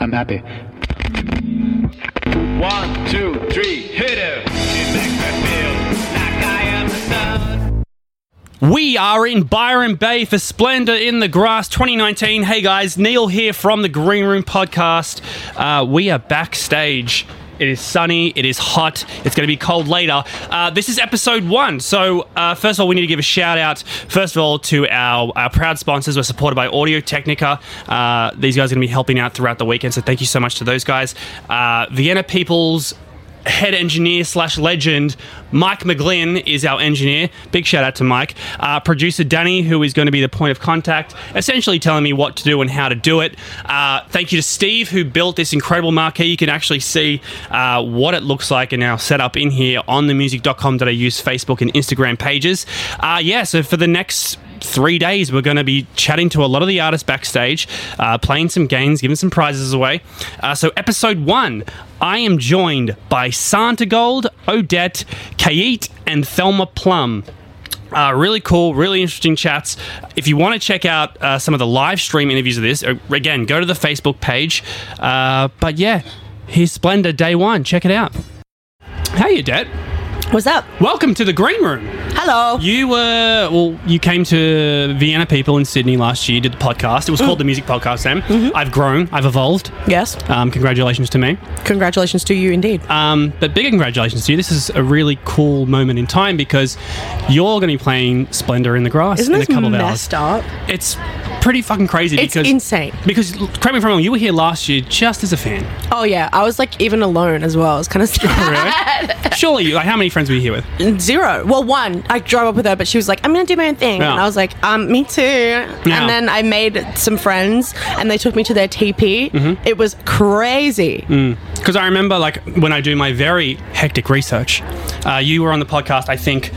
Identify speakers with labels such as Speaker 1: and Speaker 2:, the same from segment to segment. Speaker 1: I'm happy.
Speaker 2: One, two, three, hit it! It makes me feel like I am the sun.
Speaker 3: We are in Byron Bay for Splendor in the Grass 2019. Hey guys, Neil here from the Green Room Podcast. Uh, we are backstage. It is sunny, it is hot, it's going to be cold later. Uh, this is episode one. So, uh, first of all, we need to give a shout out, first of all, to our, our proud sponsors. We're supported by Audio Technica. Uh, these guys are going to be helping out throughout the weekend. So, thank you so much to those guys. Uh, Vienna People's head engineer slash legend Mike McGlynn is our engineer. Big shout out to Mike. Uh, producer Danny, who is going to be the point of contact, essentially telling me what to do and how to do it. Uh, thank you to Steve, who built this incredible marquee. You can actually see uh, what it looks like in our setup in here on the music.com.au's Facebook and Instagram pages. Uh, yeah, so for the next three days, we're going to be chatting to a lot of the artists backstage, uh, playing some games, giving some prizes away. Uh, so, episode one, I am joined by Santa Gold, Odette, Kate, and Thelma Plum. Uh, really cool, really interesting chats. If you want to check out uh, some of the live stream interviews of this, uh, again, go to the Facebook page. Uh, but yeah, here's Splendor Day One. Check it out. Hey, Odette.
Speaker 4: What's up?
Speaker 3: Welcome to the Green Room.
Speaker 4: Hello.
Speaker 3: You were well. You came to Vienna People in Sydney last year. Did the podcast. It was called the Music Podcast. Sam,
Speaker 4: Mm-hmm.
Speaker 3: I've grown. I've evolved.
Speaker 4: yes.
Speaker 3: Um, congratulations to me.
Speaker 4: Congratulations to you, indeed.
Speaker 3: Um, but big congratulations to you. This is a really cool moment in time because you're going to be playing Splendor in the Grass
Speaker 4: Isn't
Speaker 3: in
Speaker 4: this
Speaker 3: a couple of hours.
Speaker 4: messed up?
Speaker 3: It's pretty fucking crazy.
Speaker 4: It's
Speaker 3: because,
Speaker 4: insane.
Speaker 3: Because correct me if I'm wrong. You were here last year just as a fan.
Speaker 4: Oh yeah, I was like even alone as well. It's kind of
Speaker 3: Oh, Surely, you, like how many friends were you here with?
Speaker 4: zero. Well, one. I drove up with her, but she was like, "I'm gonna do my own thing,"
Speaker 3: Yeah.
Speaker 4: and I was like, "Um, me too." And then I made some friends, and they took me to their TP.
Speaker 3: Mm-hmm.
Speaker 4: It was crazy.
Speaker 3: Because I remember, like, when I do my very hectic research, uh, you were on the podcast, I think,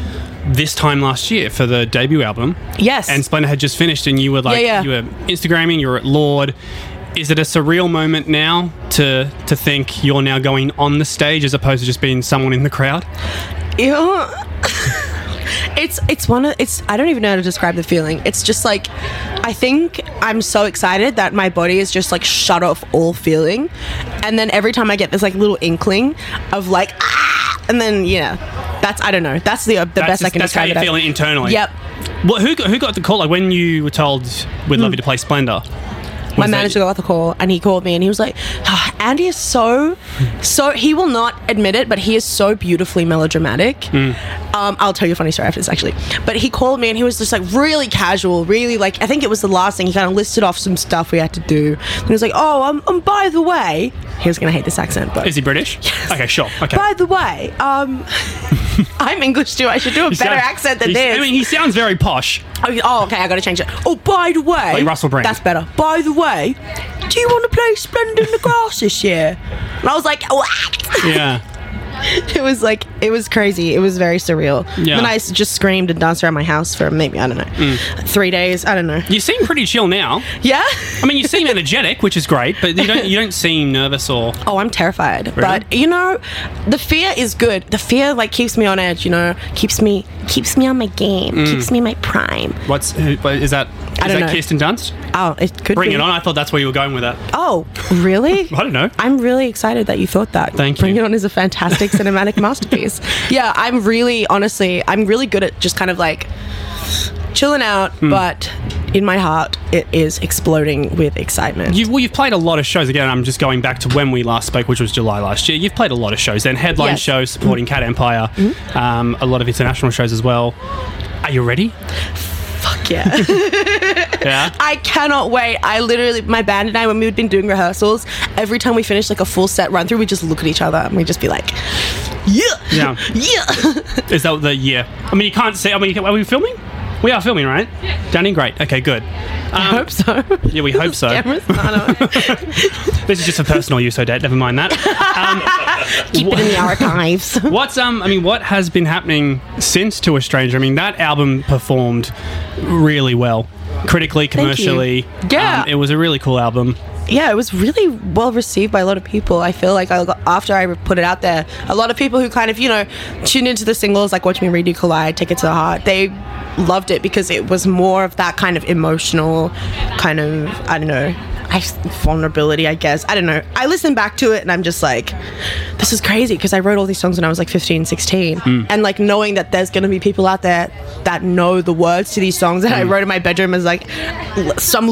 Speaker 3: this time last year for the debut album.
Speaker 4: Yes.
Speaker 3: And Splendor had just finished, and you were like,
Speaker 4: Yeah, yeah.
Speaker 3: you were Instagramming, you were at Lord. Is it a surreal moment now to to think you're now going on the stage as opposed to just being someone in the crowd?
Speaker 4: Ew. it's it's one of it's I don't even know how to describe the feeling. It's just like I think I'm so excited that my body is just like shut off all feeling. And then every time I get this like little inkling of like ah and then yeah. That's I don't know. That's the uh, the best
Speaker 3: just-
Speaker 4: I can
Speaker 3: that's how
Speaker 4: describe
Speaker 3: you're
Speaker 4: it. as.
Speaker 3: feeling internally.
Speaker 4: Yep.
Speaker 3: Well, who, got- who got the call? Like when you were told we'd love you to play Splendor.
Speaker 4: Hmm. My
Speaker 3: Was that-
Speaker 4: manager got the call and he called me and he was like, "Ah, Andy is so, so, he will not admit it, but he is so beautifully melodramatic.
Speaker 3: Hmm.
Speaker 4: Um, I'll tell you a funny story after this actually. But he called me and he was just like really casual, really like, I think it was the last thing. He kind of listed off some stuff we had to do. And he was like, oh, um, um, by the way, he was going to hate this accent, but.
Speaker 3: Is he British? Okay, sure. Okay.
Speaker 4: by the way, um, I'm English too. I should do a
Speaker 3: He
Speaker 4: better
Speaker 3: sounds-
Speaker 4: accent than
Speaker 3: he-
Speaker 4: this.
Speaker 3: I mean, he sounds very posh.
Speaker 4: Oh, you- oh, okay, I gotta change it. Oh, by the way,
Speaker 3: Like Russell Brand.
Speaker 4: That's better. By the way, do you want to play Splendid in the Grass this year? And I was like, what?
Speaker 3: Yeah.
Speaker 4: it was like, it was crazy. It was very surreal.
Speaker 3: Yeah. Mm.
Speaker 4: Then I s- just screamed and danced around my house for maybe I don't know, three days. I don't know.
Speaker 3: You seem pretty chill now.
Speaker 4: Yeah.
Speaker 3: I mean, you seem energetic, which is great, but you don't you don't seem nervous or
Speaker 4: Oh, I'm terrified. But you know, the fear is good. The fear like keeps me on edge. You know, keeps me keeps me on my game.
Speaker 3: Mm.
Speaker 4: Keeps me in my prime.
Speaker 3: what's who- what- is that? Is
Speaker 4: don't
Speaker 3: that
Speaker 4: know.
Speaker 3: kissed and danced?
Speaker 4: Oh, it could
Speaker 3: Bring
Speaker 4: be.
Speaker 3: it on! I thought that's where you were going with that.
Speaker 4: Oh, really?
Speaker 3: I don't know.
Speaker 4: I'm really excited that you thought that.
Speaker 3: Thank you.
Speaker 4: Bring It On is a fantastic cinematic masterpiece. Yeah, I'm really, honestly, I'm really good at just kind of like chilling out,
Speaker 3: Hmm.
Speaker 4: but in my heart, it is exploding with excitement.
Speaker 3: You've, well, you've played a lot of shows. Again, I'm just going back to when we last spoke, which was July last year. You've played a lot of shows, then headline
Speaker 4: Yes. Mm-hmm.
Speaker 3: shows supporting Cat Empire, um, a lot of international shows as well. Are you ready?
Speaker 4: Fuck yeah.
Speaker 3: Yeah.
Speaker 4: I cannot wait. I literally, my band and I, when we've been doing rehearsals, every time we finish like a full set run through, we just look at each other and we just be like, yeah,
Speaker 3: Yeah. Um,
Speaker 4: yeah.
Speaker 3: Is that the year? I mean, you can't say. I mean, you can, are we filming? We are filming, right? Yeah. Danny, great. Okay, good. Um,
Speaker 4: I hope so.
Speaker 3: Yeah, we hope so.
Speaker 4: Cameras, I don't know.
Speaker 3: This is just for personal use, Odette. Never mind that.
Speaker 4: Keep it in the archives.
Speaker 3: What's um? I mean, what has been happening since To a Stranger? I mean, that album performed really well, critically,
Speaker 4: you.
Speaker 3: commercially.
Speaker 4: Yeah.
Speaker 3: um, it was a really cool album.
Speaker 4: yeah, it was really well received by a lot of people. I feel like I got, after I put it out there, a lot of people who kind of, you know, tuned into the singles like Watch Me Read You Collide, Take It to the Heart, they loved it because it was more of that kind of emotional, kind of, I don't know, I vulnerability, I guess. I don't know. I listen back to it and I'm just like, this is crazy because I wrote all these songs when I was like 15, 16.
Speaker 3: Hmm.
Speaker 4: And like knowing that there's going to be people out there that know the words to these songs that I
Speaker 3: Hmm.
Speaker 4: wrote in my bedroom as like l- some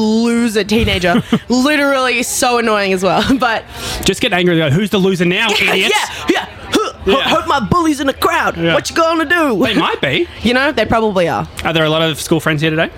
Speaker 4: loser teenager. Literally so annoying as well. But
Speaker 3: Just get angry and go, who's the loser now, idiots?
Speaker 4: yeah, yeah. Huh, ho-
Speaker 3: Yeah.
Speaker 4: Hope my bullies in the crowd.
Speaker 3: Yeah.
Speaker 4: What you gonna do?
Speaker 3: They might be.
Speaker 4: You know, they probably are.
Speaker 3: Are there a lot of school friends here today?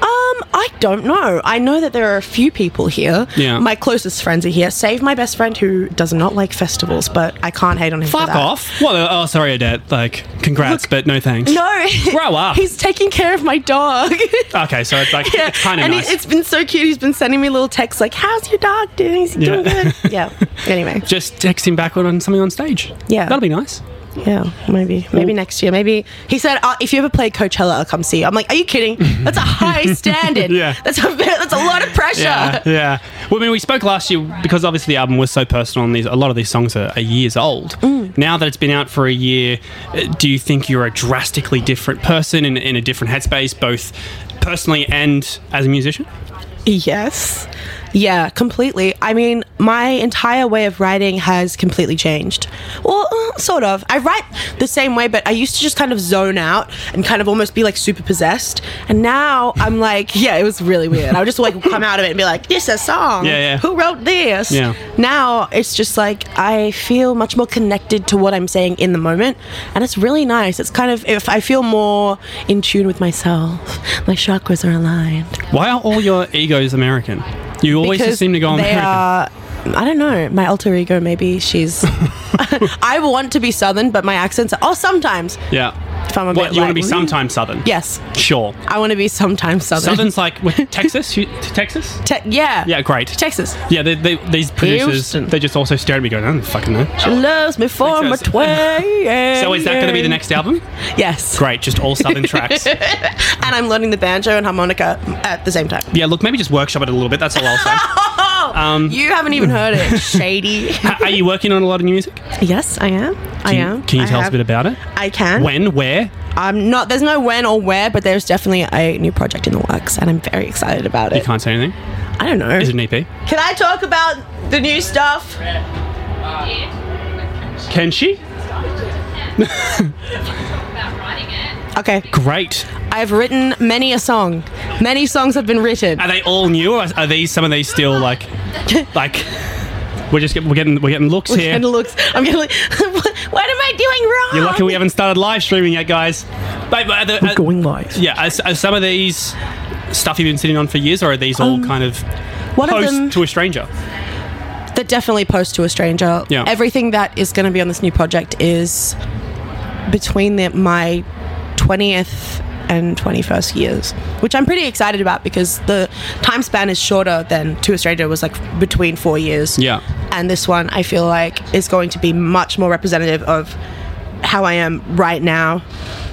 Speaker 4: Um, I don't know. I know that there are a few people here.
Speaker 3: Yeah.
Speaker 4: My closest friends are here, save my best friend who does not like festivals, but I can't hate on him. for
Speaker 3: Fuck
Speaker 4: that.
Speaker 3: off. Well, oh, sorry, Odette. Like, congrats, but no thanks.
Speaker 4: No.
Speaker 3: Grow up.
Speaker 4: He's taking care of my dog.
Speaker 3: Okay, so it's like, it's kind of
Speaker 4: and he-
Speaker 3: nice.
Speaker 4: it's been so cute. He's been sending me little texts like, "How's your dog doing? Is he doing
Speaker 3: Yeah.
Speaker 4: good?" Yeah. Anyway.
Speaker 3: just text him back on something on stage.
Speaker 4: Yeah.
Speaker 3: That'll be nice.
Speaker 4: Yeah. Maybe. Maybe next year. Maybe he said, uh, "If you ever play Coachella, I'll come see you." I'm like, "Are you kidding? That's a high standard.
Speaker 3: Yeah.
Speaker 4: That's a that's a lot of pressure."
Speaker 3: Yeah, yeah. Well, I mean, we spoke last year because obviously the album was so personal, and these a lot of these songs are, are years old.
Speaker 4: Mm.
Speaker 3: Now that it's been out for a year, uh, do you think you're a drastically different person in, in a different headspace, both personally and as a musician?
Speaker 4: Yes. Yeah, completely. I mean, my entire way of writing has completely changed. Well, uh, sort of. I write the same way, but I used to just kind of zone out and kind of almost be like super possessed. And now I'm like, yeah, it was really weird. I would just like come out of it and be like, this is a song.
Speaker 3: Yeah, yeah.
Speaker 4: Who wrote this?
Speaker 3: Yeah.
Speaker 4: Now it's just like I feel much more connected to what I'm saying in the moment, and it's really nice. It's kind of if I feel more in tune with myself, my chakras are aligned.
Speaker 3: Why are all your egos American? You always just seem to go
Speaker 4: they
Speaker 3: American.
Speaker 4: are. I don't know. My alter ego, maybe she's. I want to be southern, but my accents. Are, oh, sometimes.
Speaker 3: yeah.
Speaker 4: If I'm a
Speaker 3: What,
Speaker 4: bit
Speaker 3: you want
Speaker 4: like-
Speaker 3: to be sometimes Southern?
Speaker 4: Yes,
Speaker 3: Sure.
Speaker 4: I want to be sometimes southern.
Speaker 3: Southern's like what, Texas? You- t- Texas?
Speaker 4: Te- yeah.
Speaker 3: Yeah, great.
Speaker 4: Texas.
Speaker 3: Yeah, they, they, these producers,
Speaker 4: Houston.
Speaker 3: they just also stare at me going, I don't fucking know.
Speaker 4: She loves me for my
Speaker 3: Texas.
Speaker 4: twang.
Speaker 3: So is that going to be the next album?
Speaker 4: Yes.
Speaker 3: Great, just all Southern tracks.
Speaker 4: And I'm learning the banjo and harmonica at the same time.
Speaker 3: Yeah, look, maybe just workshop it a little bit. That's all I'll say. Um,
Speaker 4: you haven't even heard it. Shady.
Speaker 3: H- Are you working on a lot of new music? Can
Speaker 4: yes, I am. I
Speaker 3: you,
Speaker 4: am.
Speaker 3: Can you
Speaker 4: I
Speaker 3: tell us a
Speaker 4: have-
Speaker 3: bit about it?
Speaker 4: I can.
Speaker 3: When? Where?
Speaker 4: I'm not. There's no when or where, but there's definitely a new project in the works, and I'm very excited about
Speaker 3: You
Speaker 4: it.
Speaker 3: can't say anything.
Speaker 4: I don't know.
Speaker 3: Is it an E EP?
Speaker 4: Can I talk about the new stuff?
Speaker 3: Can she?
Speaker 4: Okay.
Speaker 3: Great.
Speaker 4: I've written many a song. Many songs have been written.
Speaker 3: Are they all new? Or are these some of these still like, like? We're just get, we're getting we're getting looks here.
Speaker 4: And looks, I'm gonna like, what, what am I doing wrong?
Speaker 3: You're lucky we haven't started live streaming yet, guys. But, but are the- are-
Speaker 4: live.
Speaker 3: yeah, are, s- are some of these stuff you've been sitting on for years, or are these all kind of
Speaker 4: Um, One of
Speaker 3: post
Speaker 4: them
Speaker 3: to a stranger?
Speaker 4: that definitely post to a stranger.
Speaker 3: Yeah.
Speaker 4: Everything that is going to be on this new project is between the, my 20th and 21st years, which I'm pretty excited about because the time span is shorter than To a Stranger was like between four years.
Speaker 3: Yeah.
Speaker 4: And this one I feel like is going to be much more representative of how I am right now.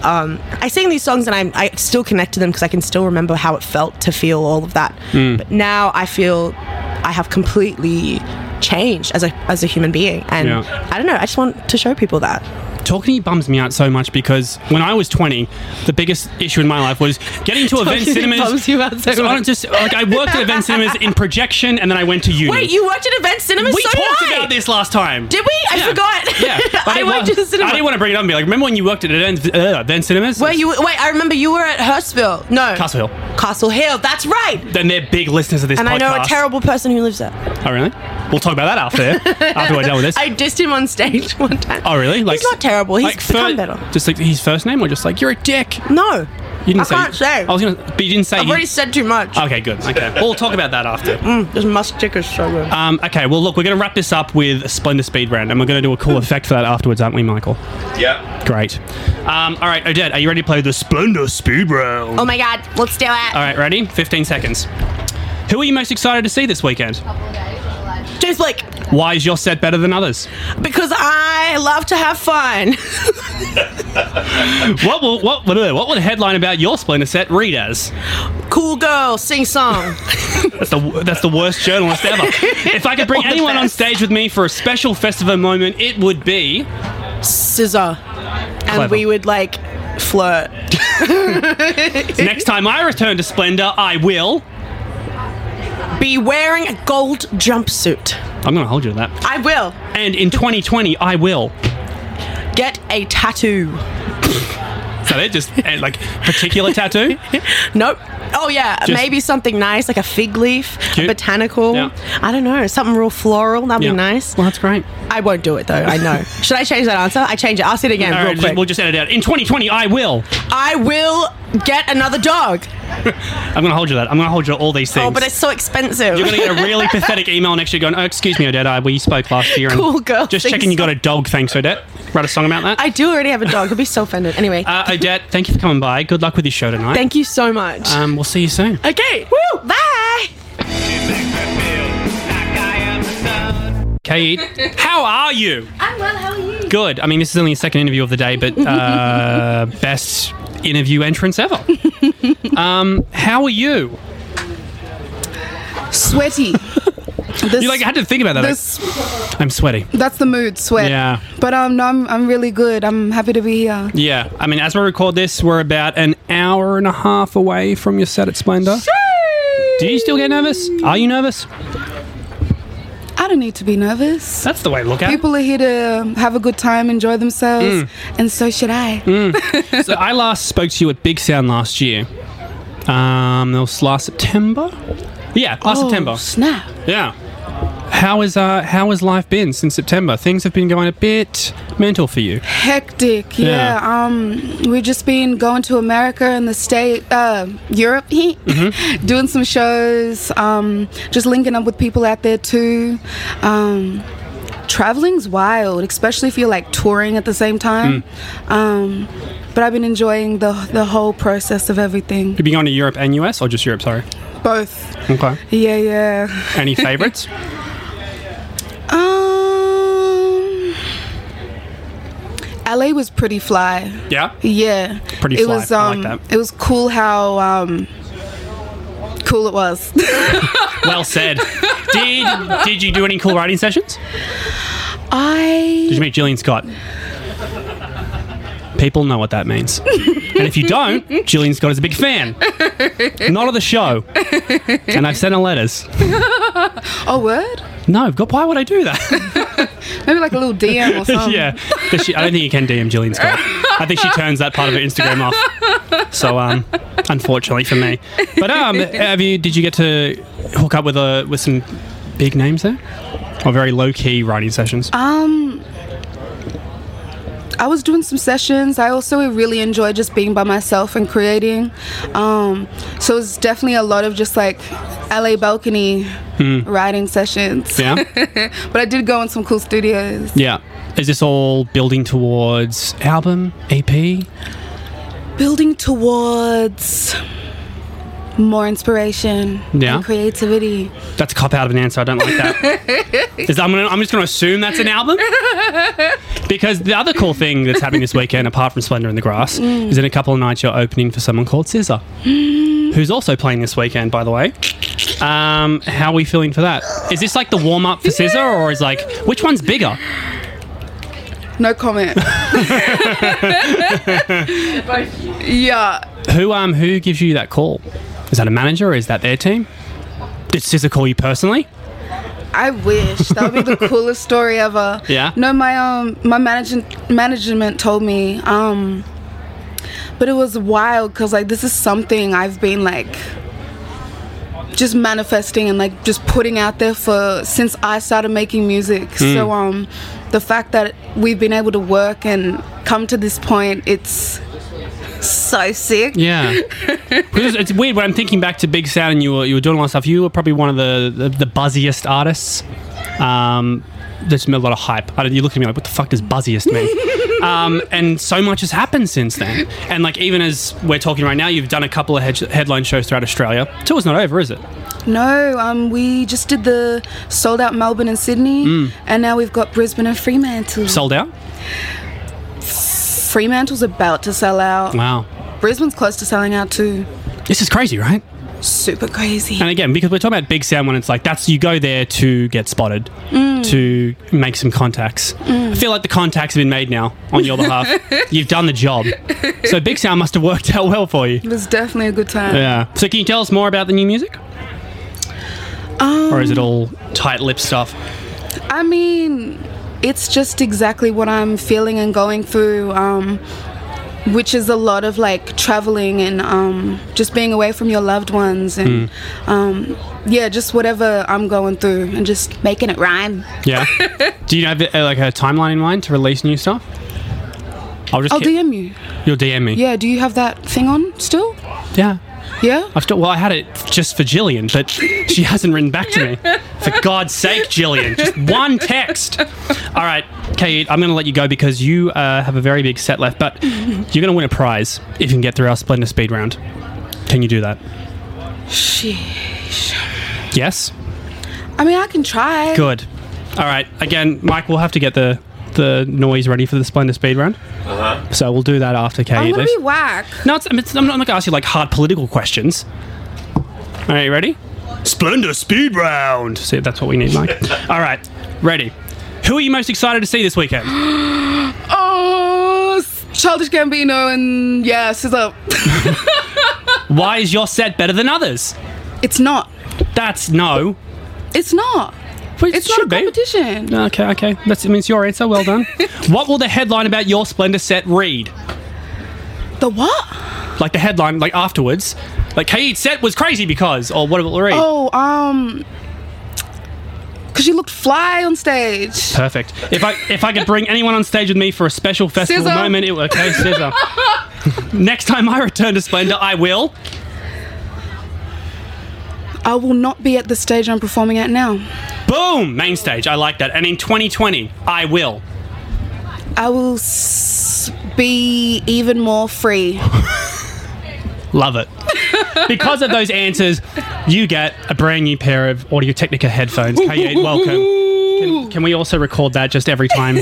Speaker 4: Um, I sing these songs and I'm, I still connect to them because I can still remember how it felt to feel all of that.
Speaker 3: Hmm.
Speaker 4: But now I feel I have completely changed as a as a human being, and
Speaker 3: Yeah.
Speaker 4: I don't know. I just want to show people that.
Speaker 3: Talking to you bums me out so much because when I was 20, the biggest issue in my life was getting to event
Speaker 4: Talking to you
Speaker 3: cinemas.
Speaker 4: bums you out so
Speaker 3: I don't
Speaker 4: much.
Speaker 3: just like I worked at event cinemas in projection, and then I went to uni.
Speaker 4: Wait, you worked at event cinemas?
Speaker 3: we
Speaker 4: so did
Speaker 3: talked
Speaker 4: I.
Speaker 3: about this last time.
Speaker 4: Did we? I
Speaker 3: Yeah.
Speaker 4: forgot.
Speaker 3: Yeah, but
Speaker 4: I
Speaker 3: it
Speaker 4: worked
Speaker 3: was-
Speaker 4: at the cinema.
Speaker 3: I didn't want to bring it up and be like, remember when you worked at event, uh, event cinemas?
Speaker 4: Wait, you wait. I remember you were at Hurstville. No,
Speaker 3: Castle Hill.
Speaker 4: Castle Hill. That's right.
Speaker 3: Then they're big listeners of this
Speaker 4: And
Speaker 3: podcast.
Speaker 4: I know a terrible person who lives there.
Speaker 3: Oh really? We'll talk about that after after we're done with this.
Speaker 4: I dissed him on stage one time.
Speaker 3: oh really?
Speaker 4: he's not terrible. He's become
Speaker 3: fir-
Speaker 4: better.
Speaker 3: Just like his first name, or just like you're a dick.
Speaker 4: No,
Speaker 3: You didn't
Speaker 4: I
Speaker 3: say.
Speaker 4: can't say.
Speaker 3: I was Ah. gonna, but you didn't say.
Speaker 4: I've
Speaker 3: you-
Speaker 4: already said too much. Mm,
Speaker 3: okay, good. Okay, we'll talk about that after.
Speaker 4: this must tick is so good.
Speaker 3: Um, okay, well, look, we're going to wrap this up with a Splendor Speed Round, and we're going to do a cool effect for that afterwards, aren't we, Michael?
Speaker 2: Yeah.
Speaker 3: Great. Um, all right, Odette, are you ready to play the Splendor Speed Round?
Speaker 4: oh my god, let's do it.
Speaker 3: all right, ready? 15 seconds. Who are you most excited to see this weekend?
Speaker 4: James Blake,
Speaker 3: Why is your set better than others?
Speaker 4: because I love to have fun.
Speaker 3: What will, what, what, what would a headline about your Splendor set read as?
Speaker 4: cool girl, sing song.
Speaker 3: That's the, that's the worst journalist ever. if I could bring
Speaker 4: Or the
Speaker 3: anyone on
Speaker 4: best.
Speaker 3: stage with me for a special festival moment, it would be.
Speaker 4: Scissor.
Speaker 3: Clever.
Speaker 4: And we would like flirt.
Speaker 3: Next time I return to Splendor, I will.
Speaker 4: Be wearing a gold jumpsuit.
Speaker 3: I'm going to hold you to that.
Speaker 4: I will.
Speaker 3: And in 2020, I will.
Speaker 4: Get a tattoo.
Speaker 3: So they're just eh, like particular tattoo.
Speaker 4: Nope. Oh yeah,
Speaker 3: Just-
Speaker 4: maybe something nice like a fig leaf,
Speaker 3: Cute.
Speaker 4: a botanical.
Speaker 3: Yeah.
Speaker 4: I don't know, something real floral. That'd
Speaker 3: Yeah.
Speaker 4: be nice.
Speaker 3: Well, that's great.
Speaker 4: I won't do it though. I know. Should I change that answer? I change it. I'll say it again
Speaker 3: All
Speaker 4: real
Speaker 3: right,
Speaker 4: quick.
Speaker 3: we'll just edit it out. In 2020, I will.
Speaker 4: I will get another dog.
Speaker 3: I'm going to hold you to that. I'm going to hold you to all these things.
Speaker 4: Oh, but it's so expensive.
Speaker 3: You're going to get a really pathetic email next year going, oh, excuse me, Odette, I, we spoke last year. And
Speaker 4: Cool girl
Speaker 3: Just
Speaker 4: thinks
Speaker 3: checking you got a dog. Thanks, Odette. Write a song about that.
Speaker 4: I do already have a dog. I'll be so offended. Anyway,
Speaker 3: uh, Odette, thank you for coming by. Good luck with your show tonight.
Speaker 4: thank you so much.
Speaker 3: um, We'll see you soon.
Speaker 4: okay. Woo! Bye.
Speaker 3: Kate, how are you?
Speaker 1: I'm well, how are you?
Speaker 3: Good. I mean, this is only a second interview of the day, but uh, best interview entrance ever. Um, how are you?
Speaker 5: sweaty. This,
Speaker 3: You like had to think about that. like,
Speaker 5: this,
Speaker 3: I'm sweaty.
Speaker 5: that's the mood, sweat.
Speaker 3: Yeah.
Speaker 5: But um, no, I'm, I'm really good. I'm happy to be here.
Speaker 3: Yeah. I mean, as we record this, we're about an hour and a half away from your set at Splendor. Do you still get nervous? Are you nervous?
Speaker 5: I don't need to be nervous.
Speaker 3: That's the way to look at it.
Speaker 5: People are here to have a good time, enjoy themselves,
Speaker 3: Mm.
Speaker 5: and so should I.
Speaker 3: So I last spoke to you at Big Sound last year. Um, that was last September. Yeah,
Speaker 5: Oh,
Speaker 3: last September.
Speaker 5: Snap.
Speaker 3: Yeah. How is uh how has life been since September? Things have been going a bit mental for you.
Speaker 5: Hectic.
Speaker 3: Yeah.
Speaker 5: Yeah. Um, we've just been going to America and the state, uh, Europe, doing some shows. Um, just linking up with people out there too. Um, traveling's wild, especially if you're like touring at the same time. Um, but I've been enjoying the the whole process of everything.
Speaker 3: You've been going to Europe and US or just Europe, sorry.
Speaker 5: Both.
Speaker 3: Okay.
Speaker 5: Yeah, yeah.
Speaker 3: Any favorites?
Speaker 5: Um, LA was pretty fly.
Speaker 3: yeah.
Speaker 5: Yeah.
Speaker 3: Pretty
Speaker 5: it
Speaker 3: fly.
Speaker 5: was
Speaker 3: I like
Speaker 5: um
Speaker 3: that.
Speaker 5: it was cool how um cool it was.
Speaker 3: Well said. Did did you do any cool writing sessions? Did
Speaker 5: I
Speaker 3: you meet Jillian Scott? People know what that means. and if you don't, Jillian Scott is a big fan. Not of the show. And I've sent her letters.
Speaker 5: oh word?
Speaker 3: No, God, why would I do that?
Speaker 5: Maybe like a little DM or something.
Speaker 3: yeah. 'Cause she- I don't think you can DM Jillian Scott. I think she turns that part of her Instagram off. So, um, unfortunately for me. But um, have you? Did you get to hook up with a with some big names there, or very low key writing sessions?
Speaker 5: Um I was doing some sessions. I also really enjoy just being by myself and creating. Um, so it was definitely a lot of just like LA balcony writing sessions.
Speaker 3: Hmm. yeah.
Speaker 5: But I did go in some cool studios.
Speaker 3: Yeah. Is this all building towards album, E EP?
Speaker 5: building towards more inspiration
Speaker 3: Yeah.
Speaker 5: and creativity.
Speaker 3: That's a cop out of an answer. I don't like that. Is- I'm, gonna, I'm just going to assume that's an album. Because the other cool thing that's happening this weekend, apart from Splendor in the Grass, is in a couple of nights you're opening for someone called Scissor, who's also playing this weekend, by the way. Um, how are we feeling for that? Is this like the warm up for Scissor, or is like, which one's bigger?
Speaker 5: No comment. yeah.
Speaker 3: Who um who gives you that call? Is that a manager or is that their team? Did Scissor call you personally?
Speaker 5: I wish that would be the coolest story ever.
Speaker 3: Yeah.
Speaker 5: No, my um, my management management told me um, but it was wild because like this is something I've been like just manifesting and like just putting out there for since I started making music. So um, the fact that we've been able to work and come to this point, it's so sick.
Speaker 3: Yeah, 'Cause it's, it's weird when I'm thinking back to Big Sound and you were you were doing a lot of stuff. You were probably one of the the, the buzziest artists. Um, there's been a lot of hype. I don't, you look at me like, what the fuck does buzziest mean? um, and so much has happened since then. And like even as we're talking right now, you've done a couple of head, headline shows throughout Australia. Tour's not over, is it?
Speaker 5: No, um, we just did the sold out Melbourne and Sydney, and now we've got Brisbane and Fremantle.
Speaker 3: Sold out.
Speaker 5: Fremantle's about to sell out.
Speaker 3: Wow,
Speaker 5: Brisbane's close to selling out too.
Speaker 3: this is crazy, right?
Speaker 5: Super crazy.
Speaker 3: And again, because we're talking about Big Sound when it's like that's you go there to get spotted,
Speaker 5: Mm.
Speaker 3: to make some contacts. I feel like the contacts have been made now on your behalf. You've done the job. So Big Sound must have worked out well for you.
Speaker 5: It was definitely a good time.
Speaker 3: Yeah. So can you tell us more about the new music? or
Speaker 5: Um.
Speaker 3: is it all tight lip stuff?
Speaker 5: I mean, it's just exactly what I'm feeling and going through, um, which is a lot of like traveling and um, just being away from your loved ones and um, yeah, just whatever I'm going through and just making it rhyme.
Speaker 3: Yeah. do you have uh, like a timeline in mind to release new stuff? I'll just
Speaker 5: I'll
Speaker 3: keep-
Speaker 5: DM you.
Speaker 3: you'll DM me.
Speaker 5: Yeah, do you have that thing on still?
Speaker 3: Yeah.
Speaker 5: Yeah?
Speaker 3: I've still, well, I had it just for Jillian, but she hasn't written back to me. For God's sake, Jillian, just one text. All right, Kate, I'm going to let you go because you uh, have a very big set left, but you're going to win a prize if you can get through our Splendor Speed round. Can you do that? Yes.
Speaker 5: I mean, I can try.
Speaker 3: Good. All right. Again, Mike, we'll have to get the the noise ready for the Splendor Speed round. So we'll do that after
Speaker 5: I'm
Speaker 3: Katie
Speaker 5: gonna
Speaker 3: leaves.
Speaker 5: be whack.
Speaker 3: No, it's, it's, I'm not going to ask you like hard political questions. All right, you ready? Splendor Speed Round. See, that's what we need, Mike. All right, ready. Who are you most excited to see this weekend?
Speaker 5: Oh, s- Childish Gambino and yeah, SZA.
Speaker 3: Why is your set better than others?
Speaker 5: It's not.
Speaker 3: That's no.
Speaker 5: It's not.
Speaker 3: Well, it
Speaker 5: It's not a
Speaker 3: should be.
Speaker 5: competition.
Speaker 3: Okay, okay. That's, I mean, it's your answer. Well done. what will the headline about your Splendor set read?
Speaker 5: The what?
Speaker 3: Like the headline, like afterwards. Like, Kaid's set was crazy because, or what will it read?
Speaker 5: Oh, um, because she looked fly on stage.
Speaker 3: Perfect. If I if I could bring anyone on stage with me for a special festival
Speaker 5: Scissor.
Speaker 3: moment, it would okay, scissor. Next time I return to Splendor, I will.
Speaker 5: I will not be at the stage I'm performing at now.
Speaker 3: Boom! Main stage. I like that. And in 2020, I will.
Speaker 5: I will s- be even more free.
Speaker 3: Love it. Because of those answers, you get a brand new pair of Audio Technica headphones. K8, welcome. Can, can we also record that just every time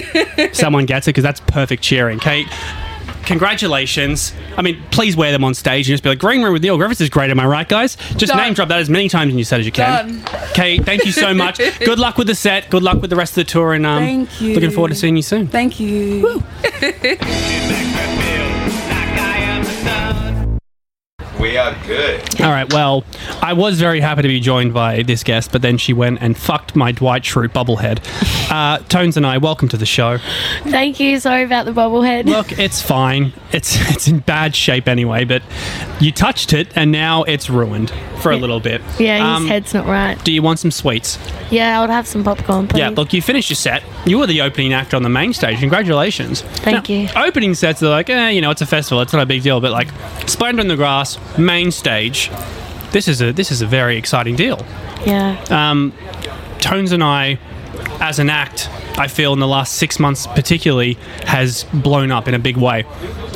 Speaker 3: someone gets it? Because that's perfect cheering. Kate, congratulations. I mean, please wear them on stage and just be like, Green Room with Neil Griffiths is great, am I right, guys? Just
Speaker 5: Done.
Speaker 3: name drop that as many times in your set as you can. Kate, thank you so much. Good luck with the set. Good luck with the rest of the tour. And um,
Speaker 5: Thank you.
Speaker 3: looking forward to seeing you soon.
Speaker 5: Thank you.
Speaker 2: We are good.
Speaker 3: All right. Well, I was very happy to be joined by this guest, but then she went and fucked my Dwight Schrute bubblehead. Uh, Tones and I, welcome to the show.
Speaker 1: Thank you. Sorry about the bobblehead.
Speaker 3: Look, it's fine. It's it's in bad shape anyway, but you touched it and now it's ruined for a little bit.
Speaker 1: yeah, his
Speaker 3: Um,
Speaker 1: head's not right.
Speaker 3: Do you want some sweets?
Speaker 1: Yeah, I would have some popcorn, please.
Speaker 3: Yeah, look, you finished your set. You were the opening act on the main stage. Congratulations.
Speaker 1: Thank you.
Speaker 3: Opening sets are like, eh, you know, it's a festival. It's not a big deal. But like, Splendor in the Grass, main stage. This is a this is a very exciting deal.
Speaker 1: Yeah.
Speaker 3: um, Tones and I, as an act, I feel in the last six months particularly has blown up in a big way.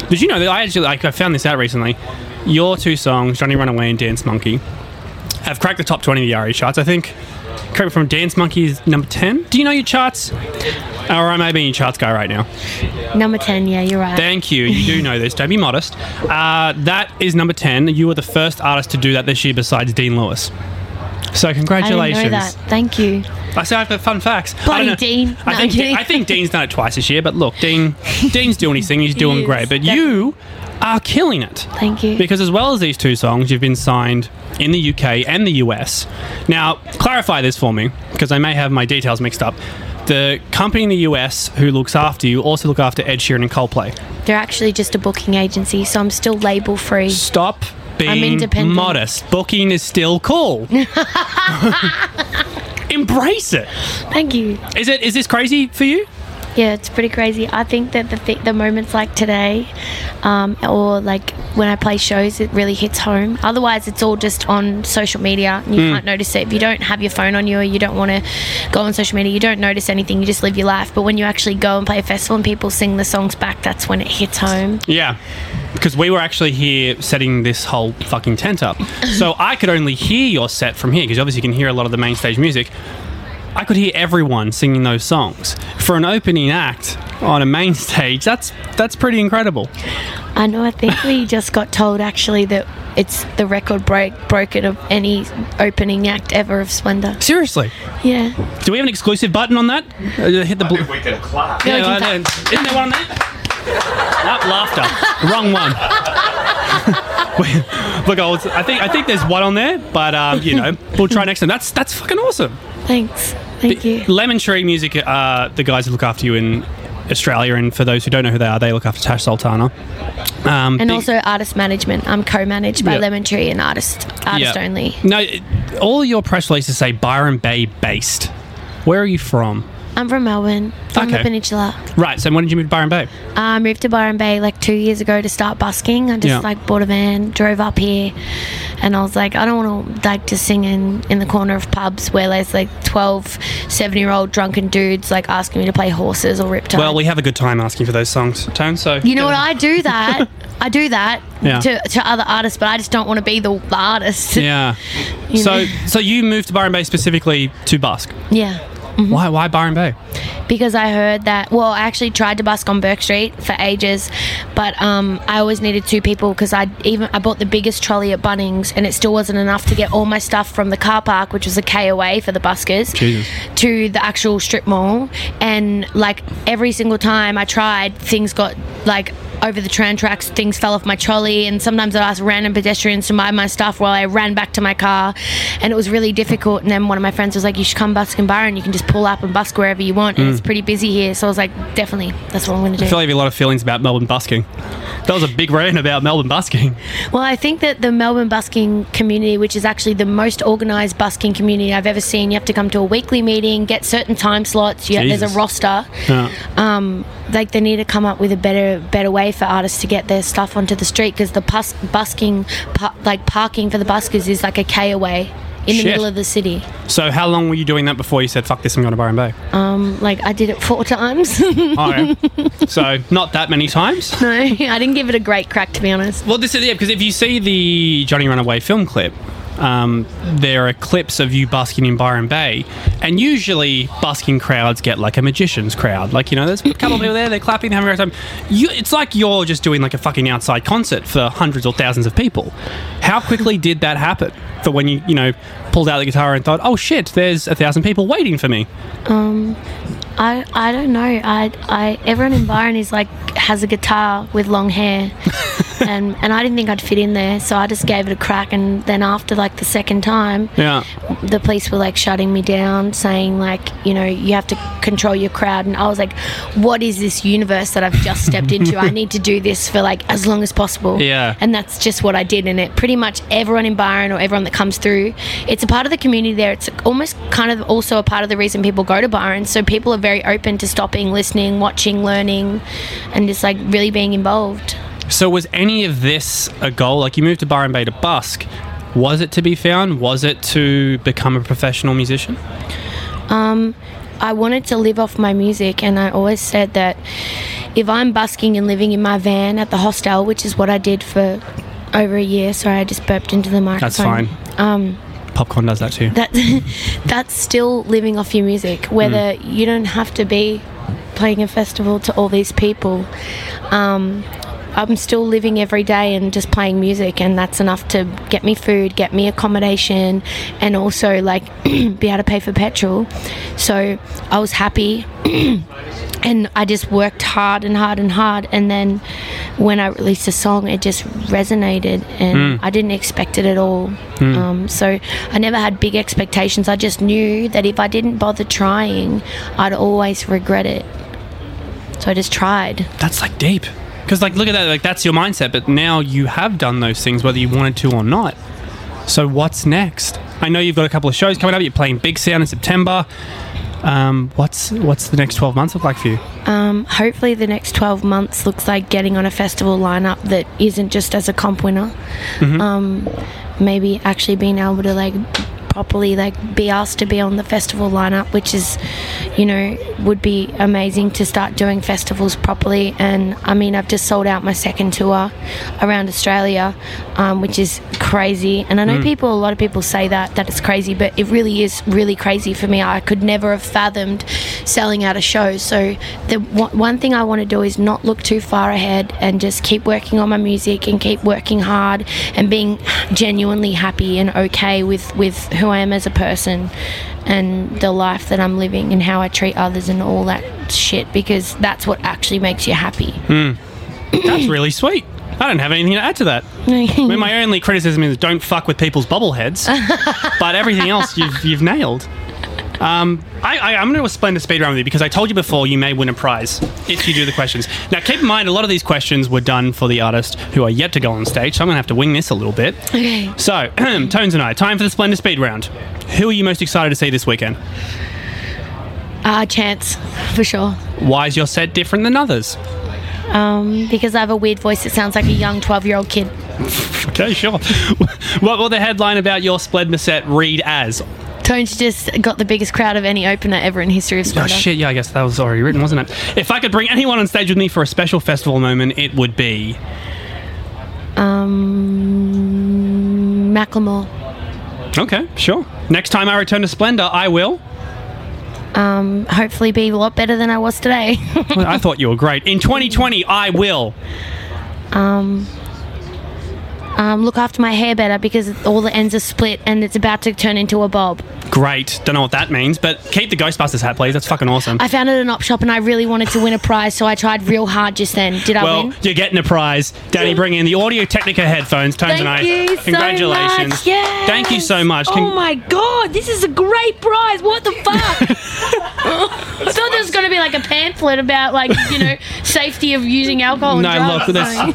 Speaker 3: Did you know that I actually like I found this out recently? Your two songs, Johnny Runaway and Dance Monkey, have cracked the top twenty of the RE charts. I think. Correct me from Dance Monkey is number ten. Do you know your charts? Or I may be your charts guy right now.
Speaker 1: Number 10. Yeah, you're right.
Speaker 3: Thank you. You do know this. Don't be modest. Uh, that is number 10. You were the first artist to do that this year besides Dean Lewis. So,
Speaker 1: I didn't
Speaker 3: congratulations.
Speaker 1: know that. Thank you.
Speaker 3: I say I've got fun facts. I
Speaker 1: Bloody
Speaker 3: don't know.
Speaker 1: Dean.
Speaker 3: I
Speaker 1: No,
Speaker 3: think,
Speaker 1: I'm kidding.
Speaker 3: I think Dean's done it twice this year, but look, Dean, Dean's doing his thing. He's doing
Speaker 1: is,
Speaker 3: great, but
Speaker 1: definitely.
Speaker 3: you are killing it.
Speaker 1: Thank you.
Speaker 3: Because as well as these two songs, you've been signed in the UK and the US. Now, clarify this for me, because I may have my details mixed up. The company in the US who looks after you also look after Ed Sheeran and Coldplay.
Speaker 1: They're actually just a booking agency, so I'm still label free.
Speaker 3: Stop being
Speaker 1: independent.
Speaker 3: modest. Booking is still cool. Embrace it.
Speaker 1: Thank you.
Speaker 3: Is it is this crazy for you?
Speaker 1: Yeah, it's pretty crazy. I think that the th- the moments like today, um, or like when I play shows, it really hits home. Otherwise, it's all just on social media. And you can't notice it if you don't have your phone on you, or you don't want to go on social media. You don't notice anything. You just live your life. But when you actually go and play a festival and people sing the songs back, that's when it hits home.
Speaker 3: Yeah. Because we were actually here setting this whole fucking tent up. So I could only hear your set from here, because obviously you can hear a lot of the main stage music. I could hear everyone singing those songs. For an opening act on a main stage, that's that's pretty incredible.
Speaker 1: I know. I think we just got told actually that it's the record break broken of any opening act ever of Splendor.
Speaker 3: Seriously.
Speaker 1: Yeah.
Speaker 3: Do we have an exclusive button on that? Uh, hit the blue.
Speaker 2: We can clap.
Speaker 1: Yeah, we can
Speaker 3: isn't there one on there? Not laughter. Wrong one. Look, I, was, I think I think there's one on there, but um, you know, we'll try next time. That's that's fucking awesome.
Speaker 1: Thanks. Thank you.
Speaker 3: Lemon Tree Music are the guys who look after you in Australia, and for those who don't know who they are, they look after Tash Sultana. Um,
Speaker 1: And
Speaker 3: big-
Speaker 1: also artist management. I'm co-managed by
Speaker 3: Yeah.
Speaker 1: Lemon Tree and artist artist
Speaker 3: Yeah.
Speaker 1: only.
Speaker 3: No, it- all your press releases say Byron Bay based. Where are you from?
Speaker 1: I'm from Melbourne, from the
Speaker 3: Okay.
Speaker 1: peninsula. Uh,
Speaker 3: Right. So when did you move to Byron Bay?
Speaker 1: I moved to Byron Bay like two years ago to start busking. I just
Speaker 3: Yeah.
Speaker 1: like bought a van, drove up here, and I was like, I don't want to like to sing in, in the corner of pubs where there's like 12, 7 year old drunken dudes like asking me to play horses or riptide.
Speaker 3: Well, we have a good time asking for those songs, Tone. So
Speaker 1: You know what? I do that. I do that
Speaker 3: Yeah.
Speaker 1: to, to other artists, but I just don't want to be the, the artist.
Speaker 3: Yeah.
Speaker 1: You
Speaker 3: so
Speaker 1: know?
Speaker 3: so you moved to Byron Bay specifically to busk.
Speaker 1: yeah.
Speaker 3: Why why Byron Bay?
Speaker 1: because I heard that. Well, I actually tried to busk on Burke Street for ages, but um, I always needed two people because I even I bought the biggest trolley at Bunnings, and it still wasn't enough to get all my stuff from the car park, which was a k away for the buskers,
Speaker 3: Jesus.
Speaker 1: to the actual strip mall. And like every single time I tried, things got like. Over the tram tracks, things fell off my trolley, and sometimes I'd ask random pedestrians to buy my stuff while I ran back to my car, and it was really difficult. And then one of my friends was like, "You should come busk in Byron. You can just pull up and busk wherever you want, and it's pretty busy here." So I was like, "Definitely, that's what I'm going to do."
Speaker 3: Mm. I feel like you have a lot of feelings about Melbourne busking. That was a big rant about Melbourne busking.
Speaker 1: Well, I think that the Melbourne busking community, which is actually the most organised busking community I've ever seen, you have to come to a weekly meeting, get certain time slots. You there's
Speaker 3: Jesus.
Speaker 1: a roster.
Speaker 3: Yeah.
Speaker 1: Um, like they need to come up with a better better way for artists to get their stuff onto the street because the bus- busking, pa- like parking for the buskers, is like a k away in
Speaker 3: Shit.
Speaker 1: the middle of the city.
Speaker 3: So how long were you doing that before you said fuck this? I'm going to Byron Bay.
Speaker 1: Um, like I did it four times. no,
Speaker 3: Oh, yeah. so not that many times.
Speaker 1: I didn't give it a great crack to be honest.
Speaker 3: Well, this is yeah, because if you see the Johnny Runaway film clip, um, there are clips of you busking in Byron Bay, and usually busking crowds get like a magician's crowd. Like you know, there's a couple of people there, they're clapping, they're having a great time. You, it's like you're just doing like a fucking outside concert for hundreds or thousands of people. How quickly did that happen? For when you you know pulled out the guitar and thought, oh shit, there's a thousand people waiting for me.
Speaker 1: I, I don't know. I, I everyone in Byron is like has a guitar with long hair, and and I didn't think I'd fit in there, so I just gave it a crack. And then after like the second time,
Speaker 3: Yeah.
Speaker 1: the police were like shutting me down, saying like you know you have to control your crowd, and I was like, what is this universe that I've just stepped into? I need to do this for like as long as possible.
Speaker 3: Yeah.
Speaker 1: And that's just what I did in it. Pretty much everyone in Byron or everyone that comes through, it's a part of the community there. It's almost kind of also a part of the reason people go to Byron. So people are very open to stopping, listening, watching, learning, and just like really being involved.
Speaker 3: So was any of this a goal? Like you moved to Byron Bay to busk. Was it to be found? Was it to become a professional musician?
Speaker 1: I wanted to live off my music, and I always said that if I'm busking and living in my van at the hostel, which is what I did for over a year, sorry, I just burped into the microphone.
Speaker 3: That's fine.
Speaker 1: Um,
Speaker 3: Popcorn does that too.
Speaker 1: that that's still living off your music whether
Speaker 3: Mm.
Speaker 1: you don't have to be playing a festival to all these people um, i'm still living every day and just playing music and that's enough to get me food get me accommodation and also like be able to pay for petrol so i was happy and I just worked hard and hard and hard. And then when I released a song, it just resonated, and I didn't expect it at all. Um, so I never had big expectations. I just knew that if I didn't bother trying, I'd always regret it. So I just tried.
Speaker 3: That's like deep. Because like look at that, like that's your mindset. But now you have done those things whether you wanted to or not. So what's next? I know you've got a couple of shows coming up. You're playing Big Sound in September. Um, what's what's the next twelve months look like for you?
Speaker 1: Um, hopefully, the next 12 months looks like getting on a festival lineup that isn't just as a comp winner. Um, maybe actually being able to like properly like be asked to be on the festival lineup, which is, you know, would be amazing to start doing festivals properly. And I mean, I've just sold out my second tour around Australia, um, which is crazy. And I know people, a lot of people say that that it's crazy, but it really is really crazy for me. I could never have fathomed selling out a show. So the one one thing I want to do is not look too far ahead and just keep working on my music and keep working hard and being genuinely happy and okay with with who I am as a person and the life that I'm living and how I treat others and all that shit because that's what actually makes you happy.
Speaker 3: That's really sweet. I don't have anything to add to that. I mean, my only criticism is don't fuck with people's bubble heads, but everything else you've, you've nailed. Um, I, I, I'm going to do a splendid speed round with you because I told you before you may win a prize if you do the questions. Now, keep in mind, a lot of these questions were done for the artist who are yet to go on stage, so I'm going to have to wing this a little bit.
Speaker 1: Okay.
Speaker 3: So, Tones and I, time for the splendid speed round. Who are you most excited to see this weekend?
Speaker 1: Uh, chance, for sure.
Speaker 3: Why is your set different than others?
Speaker 1: Um, because I have a weird voice that sounds like a young 12 year old kid.
Speaker 3: Okay, sure. what will the headline about your splendid set read as?
Speaker 1: Tones just got the biggest crowd of any opener ever in history of
Speaker 3: Oh
Speaker 1: Splendor.
Speaker 3: shit! Yeah, I guess that was already written, wasn't it? If I could bring anyone on stage with me for a special festival moment, it would be
Speaker 1: Um, Macklemore.
Speaker 3: okay. Sure. Next time I return to Splendor, I will.
Speaker 1: Um, hopefully be a lot better than I was today.
Speaker 3: Well, I thought you were great. In 2020, I will.
Speaker 1: um, um, look after my hair better because all the ends are split and it's about to turn into a bob.
Speaker 3: Great. Don't know what that means, but keep the Ghostbusters hat, please. That's fucking awesome.
Speaker 1: I found it at an op shop and I really wanted to win a prize, so I tried real hard just then. Did I
Speaker 3: well,
Speaker 1: win?
Speaker 3: you're getting a prize. Danny, bring in the Audio Technica headphones. Tones
Speaker 1: Thank
Speaker 3: and I.
Speaker 1: you so
Speaker 3: Congratulations.
Speaker 1: much. Yes.
Speaker 3: Thank you so much. Con-
Speaker 1: oh my god, this is a great prize. What the fuck? I thought there was going to be like a pamphlet about like, you know, safety of using alcohol and
Speaker 3: No,
Speaker 1: drugs.
Speaker 3: look, this,
Speaker 1: I mean,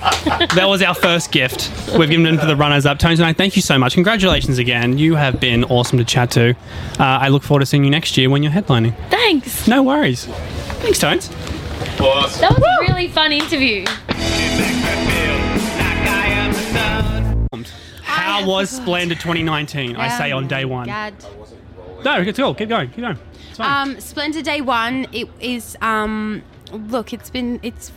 Speaker 3: that was our first gift we've given in for the runners up. Tones and I, thank you so much. Congratulations again. You have been awesome to chat to. Uh, I look forward to seeing you next year when you're headlining.
Speaker 1: Thanks.
Speaker 3: No worries. Thanks, Tones.
Speaker 1: That was a really fun interview.
Speaker 3: How was Splendid 2019? I say on day one.
Speaker 6: Dad.
Speaker 3: No, it's cool. Keep going. Keep going. It's fine.
Speaker 6: Um, Splendor Day One. It is. Um, look, it's been it's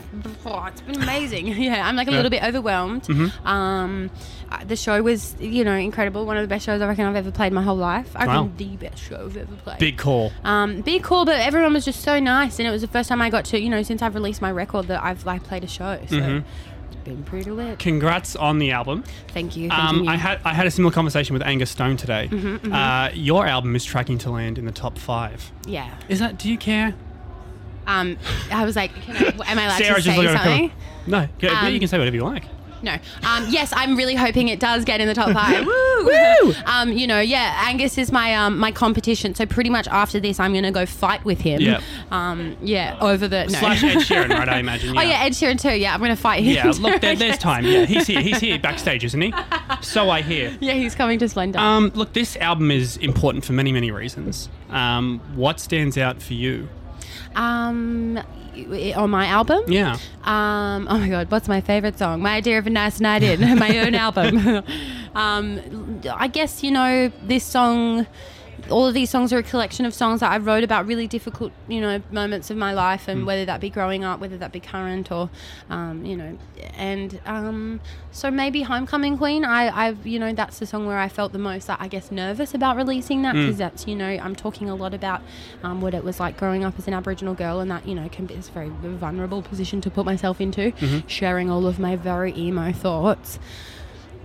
Speaker 6: oh, it's been amazing. yeah, I'm like a little bit overwhelmed.
Speaker 3: Mm-hmm.
Speaker 6: Um, uh, the show was you know incredible. One of the best shows I reckon I've ever played my whole life. I
Speaker 3: Wow.
Speaker 6: reckon the best show I've ever played.
Speaker 3: Big call.
Speaker 6: Um, big call, but everyone was just so nice, and it was the first time I got to, you know, since I've released my record that I've like played a show. So
Speaker 3: Mm-hmm.
Speaker 6: it's been pretty lit.
Speaker 3: Congrats on the album.
Speaker 6: Thank you. Thank
Speaker 3: Um,
Speaker 6: you. Mm-hmm,
Speaker 3: I had I had a similar conversation with Angus Stone today. Uh, your album is tracking to land in the top five.
Speaker 6: yeah.
Speaker 3: Is that? Do you care?
Speaker 6: Um, I was like, can I, am I allowed to
Speaker 3: Sarah's
Speaker 6: say
Speaker 3: looking at her,
Speaker 6: something?
Speaker 3: come on. No, yeah,
Speaker 6: Um,
Speaker 3: you can say whatever you like.
Speaker 6: No. Um, yes, I'm really hoping it does get in the top five. Woo! Um, you know, yeah, Angus is my um, my competition. So pretty much after this, I'm gonna go fight with him.
Speaker 3: Yeah.
Speaker 6: Um, yeah. Over the no.
Speaker 3: Slash Ed Sheeran, right? I imagine.
Speaker 6: oh yeah, Ed Sheeran too. Yeah, I'm gonna fight him.
Speaker 3: Yeah, look, there,
Speaker 6: during
Speaker 3: there's
Speaker 6: this.
Speaker 3: time. Yeah, he's here. He's here backstage, isn't he? So I hear.
Speaker 6: Yeah, he's coming to Splendor.
Speaker 3: Um, look, this album is important for many, many reasons. Um, what stands out for you?
Speaker 6: Um, i- on my album.
Speaker 3: Yeah.
Speaker 6: Um, oh my god, what's my favorite song? My idea of a nice night in, my own album. um, I guess you know this song. All of these songs are a collection of songs that I wrote about really difficult, you know, moments of my life, and whether that be growing up, whether that be current, or, um, you know, and um, so maybe "Homecoming Queen." I, I've, you know, that's the song where I felt the most, I guess, nervous about releasing that because that's, you know, I'm talking a lot about um, what it was like growing up as an Aboriginal girl, and that, you know, can be it's a very vulnerable position to put myself into, sharing all of my very emo thoughts.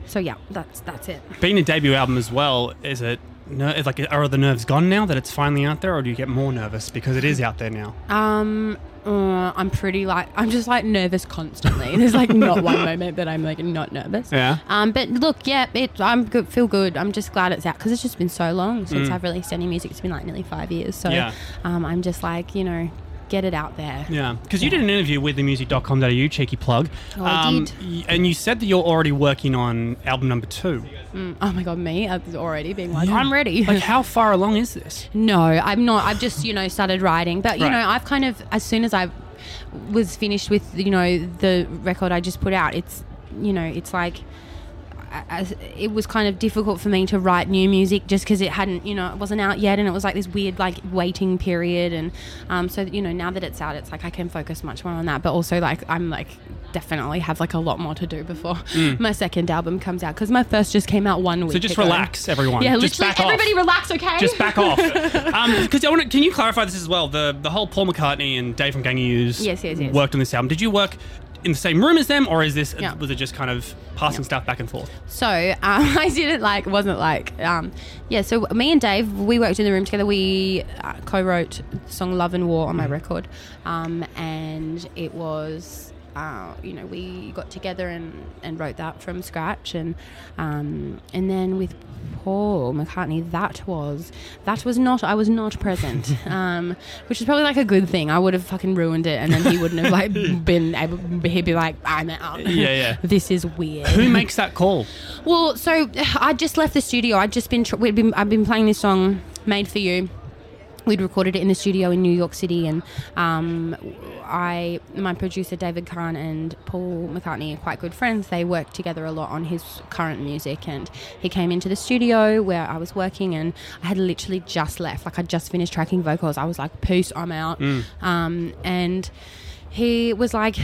Speaker 6: So yeah, that's that's it.
Speaker 3: Being a debut album as well, is it ner- like are the nerves gone now that it's finally out there, or do you get more nervous because it is out there now?
Speaker 6: Um, uh, I'm pretty like I'm just like nervous constantly. There's like not one moment that I'm like not nervous.
Speaker 3: Yeah.
Speaker 6: Um, but look, yeah, it I'm good, feel good. I'm just glad it's out because it's just been so long since I've released any music. It's been like nearly five years. So
Speaker 3: Mm. Yeah.
Speaker 6: um, I'm just like you know, get it out there.
Speaker 3: Yeah, because you did an interview with themusic.com.au, cheeky plug. Um,
Speaker 6: Oh, I did.
Speaker 3: y- And you said that you're already working on album number two.
Speaker 6: Mm, Oh my god, me! I've already been like,
Speaker 3: Yeah.
Speaker 6: I'm ready.
Speaker 3: Like, how far along is this?
Speaker 6: No, I'm not. I've just, you know, started writing. But, you
Speaker 3: Right.
Speaker 6: know, I've kind of, as soon as I was finished with, you know, the record I just put out, it's, you know, it's like, I- I- it was kind of difficult for me to write new music just because it hadn't, you know, it wasn't out yet, and it was like this weird like waiting period, and um, so you know now that it's out, it's like I can focus much more on that, but also like I'm like definitely have like a lot more to do before my second album comes out because my first just came out one week.
Speaker 3: Mm. So just
Speaker 6: ago.
Speaker 3: relax, everyone.
Speaker 6: Yeah,
Speaker 3: just
Speaker 6: literally,
Speaker 3: back off.
Speaker 6: everybody relax, okay?
Speaker 3: Just back off. Because I want to. Can you clarify this as well? The the whole Paul McCartney and Dave from Gang of Youths
Speaker 6: Yes, yes, yes.
Speaker 3: worked on this album. Did you work in the same room as them, or is this
Speaker 6: Yeah.
Speaker 3: was it just kind of passing stuff back and forth?
Speaker 6: So um, I didn't like, wasn't like, um, yeah. So me and Dave, we worked in the room together. We uh,
Speaker 3: Mm-hmm.
Speaker 6: co-wrote the song "Love and War" on my record, um, and it was uh, you know, we got together and, and wrote that from scratch. And um, and then with Paul McCartney, that was that was not I was not present, um, which is probably like a good thing. I would have fucking ruined it, and then he wouldn't have like been able. He'd be like, I'm out.
Speaker 3: Yeah, yeah.
Speaker 6: this is weird.
Speaker 3: Who makes that call?
Speaker 6: Well, so I just left the studio. I'd just been, tr- we'd been I've been playing this song, "Made for You." We'd recorded it in the studio in New York City, and um, I, my producer David Kahn and Paul McCartney are quite good friends. They work together a lot on his current music, and he came into the studio where I was working, and I had literally just left. Like I just finished tracking vocals. I was like, "Peace, I'm out," um, and he was like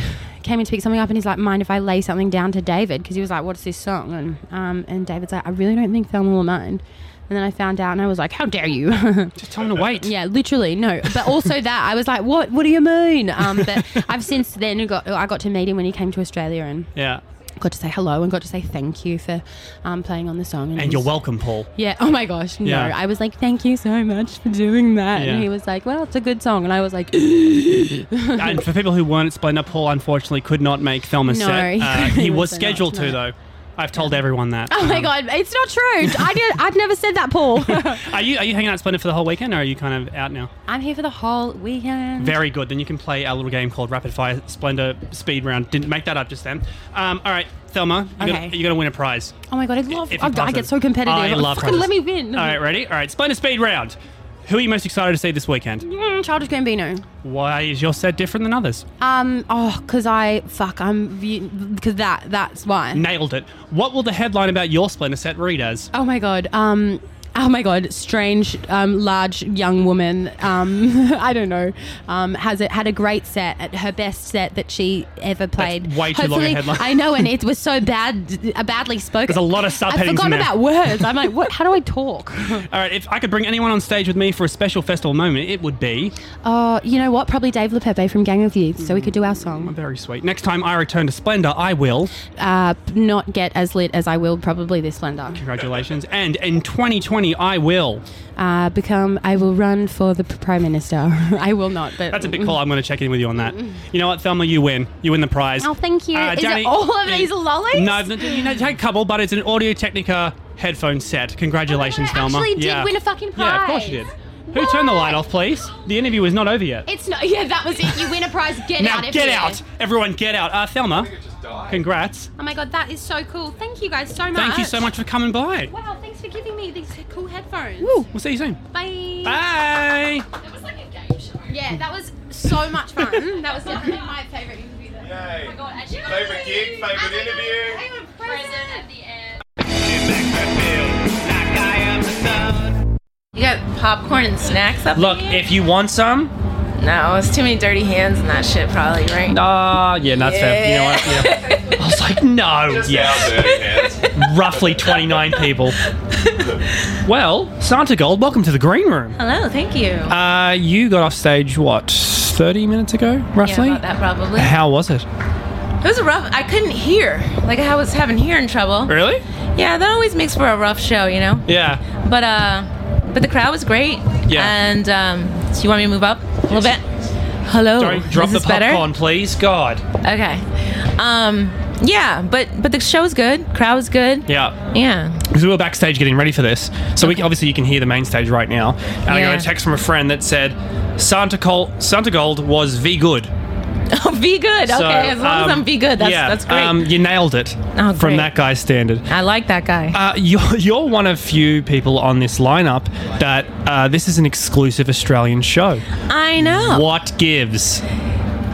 Speaker 6: came in to pick something up and he's like mind if i lay something down to david because he was like what's this song and um, and david's like i really don't think thelma will mind and then i found out and i was like how dare you
Speaker 3: Just tell him to wait.
Speaker 6: yeah literally no but also that i was like what what do you mean um, but i've since then got i got to meet him when he came to australia and
Speaker 3: Yeah.
Speaker 6: got to say hello and got to say thank you for um, playing on the song
Speaker 3: And you're
Speaker 6: welcome.
Speaker 3: welcome, Paul.
Speaker 6: Yeah. Oh my gosh. No.
Speaker 3: Yeah.
Speaker 6: I was like, thank you so much for doing that.
Speaker 3: Yeah.
Speaker 6: And he was like, well, it's a good song. And I was like, "Oh
Speaker 3: and for people who weren't at Splendor, Paul unfortunately could not make Thelma's
Speaker 6: No,
Speaker 3: set.
Speaker 6: he
Speaker 3: Uh,
Speaker 6: couldn't
Speaker 3: he was
Speaker 6: so much,
Speaker 3: scheduled to,
Speaker 6: no.
Speaker 3: though. I've told everyone that.
Speaker 6: Oh my
Speaker 3: Um,
Speaker 6: god, it's not true. I did, I've never said that, Paul.
Speaker 3: Are you, are you hanging out at Splendor for the whole weekend, or are you kind of out now?
Speaker 6: I'm here for the whole weekend.
Speaker 3: Very good. Then you can play our little game called Rapid Fire Splendor Speed Round. Didn't make that up just then. Um, all right, Thelma, you're
Speaker 6: Okay.
Speaker 3: going to win a prize.
Speaker 6: oh my god, I love.
Speaker 3: If
Speaker 6: I,
Speaker 3: you pass
Speaker 6: I
Speaker 3: it.
Speaker 6: get so competitive.
Speaker 3: I love
Speaker 6: Fucking let me
Speaker 3: prizes.
Speaker 6: win.
Speaker 3: All right, ready? All right, Splendor Speed Round. Who are you most excited to see this weekend?
Speaker 6: Mm, Childish Gambino.
Speaker 3: Why is your set different than others?
Speaker 6: Um. Oh, cause I fuck. I'm because that. That's why.
Speaker 3: Nailed it. What will the headline about your Splendor set read as?
Speaker 6: Oh my god. Um. Oh my god, strange, um, large young woman. Um, I don't know. Um, has it had a great set, at her best set that she ever played.
Speaker 3: way too long a
Speaker 6: Hopefully-
Speaker 3: headline.
Speaker 6: I know, and it was so bad, uh, badly spoken.
Speaker 3: There's a lot of
Speaker 6: I
Speaker 3: subheadings in
Speaker 6: forgot
Speaker 3: there.
Speaker 6: about words. I'm like, what? How do I talk?
Speaker 3: All right, if I could bring anyone on stage with me for a special festival moment, it would be
Speaker 6: Uh, you know what? Probably Dave LePepe from Gang of Youth, so we could do our song.
Speaker 3: very sweet. Next time I return to Splendor, I will.
Speaker 6: Uh, not get as lit as I will probably this Splendor.
Speaker 3: Congratulations. And in 2020, I will.
Speaker 6: Uh, become. I will run for the Prime Minister. I will not. But
Speaker 3: That's a big call. I'm going to check in with you on that. You know what, Thelma? You win. You win the prize. Uh, Mm.
Speaker 6: Oh, thank you. Is it all of these lollies?
Speaker 3: No, th- you know, take a couple, but it's an Audio Technica headphone set. Congratulations,
Speaker 6: Oh my God, I
Speaker 3: Thelma.
Speaker 6: actually did win a fucking
Speaker 3: Yeah, of course
Speaker 6: prize.
Speaker 3: you did. Who turned the light off, please? The interview is not over yet.
Speaker 6: It's not. Yeah, that was it. You win a prize. Get
Speaker 3: now
Speaker 6: out. of
Speaker 3: get
Speaker 6: here.
Speaker 3: out, everyone! Get out. Uh, Thelma, congrats.
Speaker 6: Oh my god, that is so cool. Thank you guys so much.
Speaker 3: Thank you so much for coming by.
Speaker 6: Wow, thanks for giving me these cool headphones.
Speaker 3: We'll see you soon.
Speaker 6: Bye.
Speaker 3: Bye.
Speaker 6: That was like a game show. Yeah, that was so much fun. that was definitely my favorite interview. Though. Oh my god, actually,
Speaker 2: Favorite gig, favorite
Speaker 6: I think I-
Speaker 2: interview.
Speaker 6: I think I'm present at the end.
Speaker 7: You got popcorn and snacks up
Speaker 8: Look,
Speaker 7: here?
Speaker 8: if you want some,
Speaker 7: no, it's too many dirty hands and that shit, probably, right?
Speaker 8: ah, yeah, that's fair. You know what? Yeah.
Speaker 3: I was like, no.
Speaker 2: Yes.
Speaker 3: Roughly 29 people. Well, Santa Gold, welcome to the green room.
Speaker 7: Hello, thank you.
Speaker 8: Uh, you got off stage what thirty minutes ago,
Speaker 7: yeah,
Speaker 8: roughly.
Speaker 7: about that probably.
Speaker 8: How was it?
Speaker 7: It was a rough. I couldn't hear. Like I was having hearing trouble.
Speaker 8: Really?
Speaker 7: Yeah, that always makes for a rough show, you know.
Speaker 8: Yeah.
Speaker 7: But uh, but the crowd was great.
Speaker 8: Yeah.
Speaker 7: And um, so you want me to move up a little bit? Hello.
Speaker 8: Sorry, drop
Speaker 7: Oh, Is
Speaker 8: the
Speaker 7: this better?
Speaker 8: popcorn, please. God.
Speaker 7: Okay. Um. Yeah, but but the show was good. Crowd was good.
Speaker 8: Yeah.
Speaker 7: Yeah.
Speaker 8: Because we were backstage getting ready for this, so we obviously you can hear the main stage right now. And I
Speaker 7: Yeah.
Speaker 8: got a text from a friend that said Santa Gold, Santa Gold was v good.
Speaker 7: Oh, be good. Okay.
Speaker 8: So,
Speaker 7: as long
Speaker 8: um,
Speaker 7: as I'm be good, that's
Speaker 8: yeah,
Speaker 7: that's great.
Speaker 8: Um, you nailed it
Speaker 7: Oh,
Speaker 8: from
Speaker 7: great.
Speaker 8: that guy's standard.
Speaker 7: I like that guy.
Speaker 8: Uh, you're, you're one of few people on this lineup that uh, this is an exclusive Australian show.
Speaker 7: I know.
Speaker 8: What gives?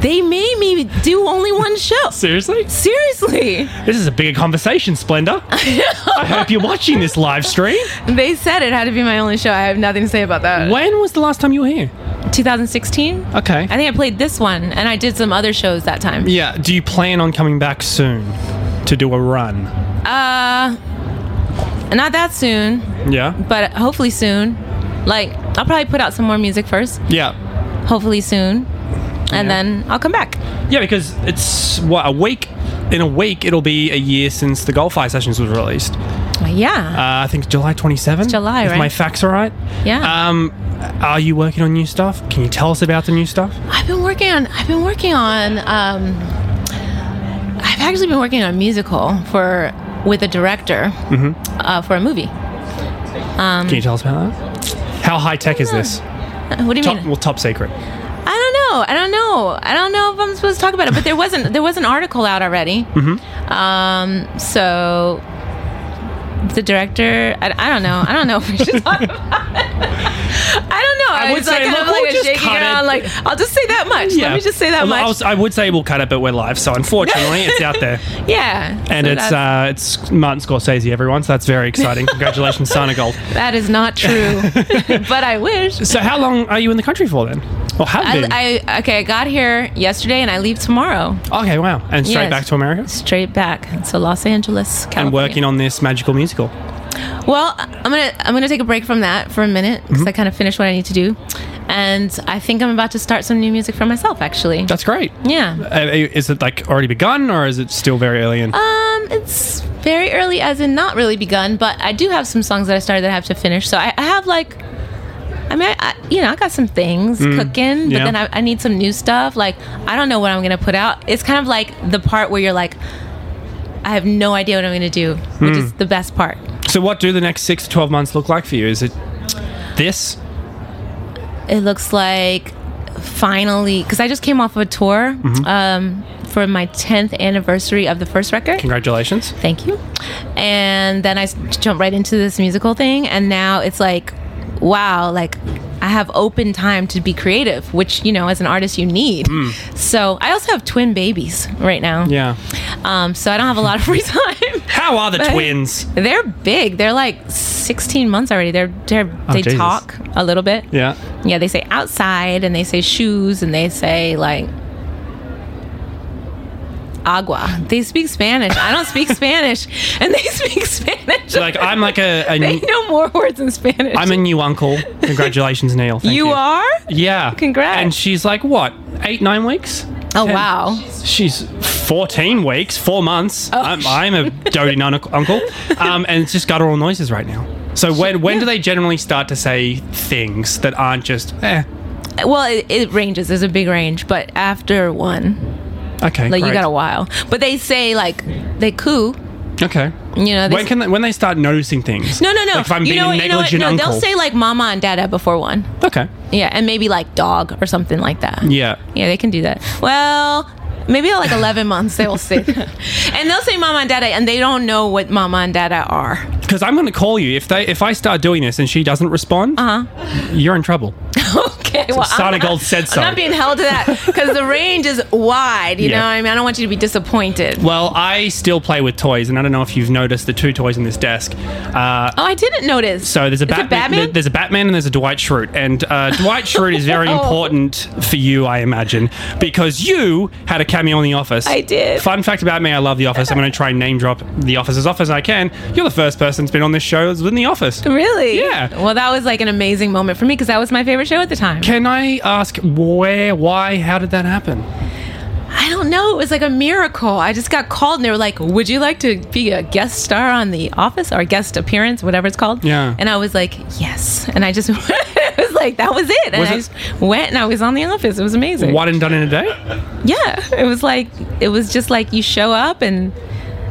Speaker 7: They made me do only one show.
Speaker 8: Seriously?
Speaker 7: Seriously.
Speaker 8: This is a bigger conversation, Splendor. I hope you're watching this live stream.
Speaker 7: They said it had to be my only show. I have nothing to say about that.
Speaker 8: When was the last time you were here?
Speaker 7: 2016?
Speaker 8: Okay.
Speaker 7: I think I played this one and I did some other shows that time.
Speaker 8: Yeah. Do you plan on coming back soon to do a run?
Speaker 7: Uh not that soon,
Speaker 8: Yeah.
Speaker 7: but hopefully soon. Like I'll probably put out some more music first.
Speaker 8: Yeah.
Speaker 7: Hopefully soon. And then I'll come back.
Speaker 8: Yeah, because it's what a week. In a week, it'll be a year since the Goldfire Sessions was released.
Speaker 7: Yeah.
Speaker 8: Uh, I think July 27th.
Speaker 7: July,
Speaker 8: if
Speaker 7: right?
Speaker 8: my facts are right.
Speaker 7: Yeah.
Speaker 8: Um, are you working on new stuff? Can you tell us about the new stuff?
Speaker 7: I've been working on I've been working on um actually been working on a musical for with a director uh, for a movie.
Speaker 3: Can you tell us about that? How high tech is this?
Speaker 7: Uh, Um, What do you
Speaker 3: Top,
Speaker 7: mean?
Speaker 3: well, top secret.
Speaker 7: I don't know. I don't know. I don't know if I'm supposed to talk about it, but there wasn't. There was an article out already.
Speaker 3: Mm-hmm.
Speaker 7: Um, so the director. I, I don't know. I don't know if we should talk about it. I don't know. I,
Speaker 3: would
Speaker 7: was like,
Speaker 3: say,
Speaker 7: kind
Speaker 3: look,
Speaker 7: of
Speaker 3: we'll
Speaker 7: like
Speaker 3: just
Speaker 7: shaking
Speaker 3: cut it.
Speaker 7: around. Like, I'll just say that much. Let me just say that
Speaker 3: Well, I,
Speaker 7: much.
Speaker 3: was- I would say we'll cut it, but we're live, so unfortunately, it's out there,
Speaker 7: yeah.
Speaker 3: and
Speaker 7: So
Speaker 3: it's
Speaker 7: that's-
Speaker 3: uh, it's Martin Scorsese, everyone. So that's very exciting. Congratulations, Sana Gold.
Speaker 7: that is not
Speaker 3: uh,
Speaker 7: true, but I wish.
Speaker 3: So, how long are you in the country for then, or have been?
Speaker 7: I, I okay. I got here yesterday, and I leave tomorrow.
Speaker 3: okay, wow, and straight
Speaker 7: Yes.
Speaker 3: back to America.
Speaker 7: Straight back to Los Angeles, California.
Speaker 3: And working on this magical musical.
Speaker 7: Well, I'm gonna I'm gonna take a break from that for a minute because I kind of finished what I need to do, and I think I'm about to start some new music for myself. Actually,
Speaker 3: That's great.
Speaker 7: yeah.
Speaker 3: Uh, is it like already begun, or is it still very early? And
Speaker 7: Um, it's very early, as in not really begun, but I do have some songs that I started that I have to finish. So I, I have like, I mean, I, I, you know, I got some things
Speaker 3: yeah.
Speaker 7: cooking, but then I, I need some new stuff. Like, I don't know what I'm gonna put out. It's kind of like the part where you're like, I have no idea what I'm gonna do, which is the best part.
Speaker 3: so, what do the next six to twelve months look like for you? Is it this?
Speaker 7: it looks like finally because i just came off of a tour
Speaker 3: Mm-hmm.
Speaker 7: um, for my 10th anniversary of the first record
Speaker 3: Congratulations.
Speaker 7: thank you and then i s- jumped right into this musical thing and now it's like wow like i have open time to be creative which you know as an artist you need so i also have twin babies right now
Speaker 3: Mm. Yeah.
Speaker 7: um, so i don't have a lot of free time
Speaker 3: How are the
Speaker 7: But-
Speaker 3: twins?
Speaker 7: they're big they're like 16 months already they're, they're they
Speaker 3: Oh, Jesus.
Speaker 7: talk a little bit
Speaker 3: Yeah.
Speaker 7: yeah, they say outside and they say shoes and they say like agua. They speak Spanish. I don't speak Spanish and they speak Spanish.
Speaker 3: So, like I'm like a, a
Speaker 7: they
Speaker 3: new,
Speaker 7: know more words in Spanish.
Speaker 3: I'm a new uncle. Congratulations, Neil. Thank you,
Speaker 7: you are?
Speaker 3: Yeah.
Speaker 7: Congrats.
Speaker 3: And she's like what? Eight nine weeks.
Speaker 7: Oh
Speaker 3: Ten-
Speaker 7: wow.
Speaker 3: She's 14 weeks, four months.
Speaker 7: Oh.
Speaker 3: I'm, I'm a doting nun- uncle. Um, and it's just guttural noises right now. So when when do they generally start to say things that aren't just eh?
Speaker 7: Well, it, it ranges. There's a big range, but after one,
Speaker 3: Okay,
Speaker 7: like
Speaker 3: great.
Speaker 7: you got a while. But they say like they coo.
Speaker 3: Okay.
Speaker 7: You know, they
Speaker 3: When
Speaker 7: s-
Speaker 3: can they, when they start noticing things?
Speaker 7: No, no, no.
Speaker 3: Like if I'm
Speaker 7: you
Speaker 3: being
Speaker 7: know
Speaker 3: a
Speaker 7: what, you know what?
Speaker 3: negligent
Speaker 7: No,
Speaker 3: uncle.
Speaker 7: they'll say like mama and dada before one.
Speaker 3: okay.
Speaker 7: Yeah, and maybe like dog or something like that.
Speaker 3: Yeah.
Speaker 7: Yeah, they can do that. Well, maybe like 11 months they will say that. And they'll say mama and dada and they don't know what mama and dada are.
Speaker 3: Because I'm going to call you if they if I start doing this and she doesn't respond.
Speaker 7: Uh-huh.
Speaker 3: Uh huh. You're in trouble.
Speaker 7: Okay, well, I'm
Speaker 3: Sonic
Speaker 7: not-
Speaker 3: Gold said so.
Speaker 7: I'm not being held to that because the range is wide, you
Speaker 3: Yeah.
Speaker 7: know what I mean? I don't want you to be disappointed.
Speaker 3: Well, I still play with toys, and I don't know if you've noticed the two toys in this desk. Uh,
Speaker 7: Oh, I didn't notice.
Speaker 3: So there's a,
Speaker 7: Is it
Speaker 3: Batman,
Speaker 7: Batman?
Speaker 3: there- There's a Batman and there's a Dwight Schrute, and uh, Dwight Schrute is very
Speaker 7: Oh.
Speaker 3: important for you, I imagine, because you had a cameo in The Office.
Speaker 7: I did.
Speaker 3: Fun fact about me: I love The Office. I'm going to try and name drop The Office as often as I can. You're the first person that's been on this show that's in The Office.
Speaker 7: Really?
Speaker 3: Yeah.
Speaker 7: Well, that was like an amazing moment for me because that was my favorite show at the time.
Speaker 3: Can I ask where, why, how did that happen?
Speaker 7: I don't know. It was like a miracle. I just got called and they were like, Would you like to be a guest star on The Office or guest appearance, whatever it's called?
Speaker 3: Yeah.
Speaker 7: And I was like, Yes. And I just, it was like, that was it. And
Speaker 3: Was
Speaker 7: I
Speaker 3: it-
Speaker 7: just went and I was on The Office. It was amazing.
Speaker 3: One and done in a day?
Speaker 7: Yeah. It was like, it was just like you show up and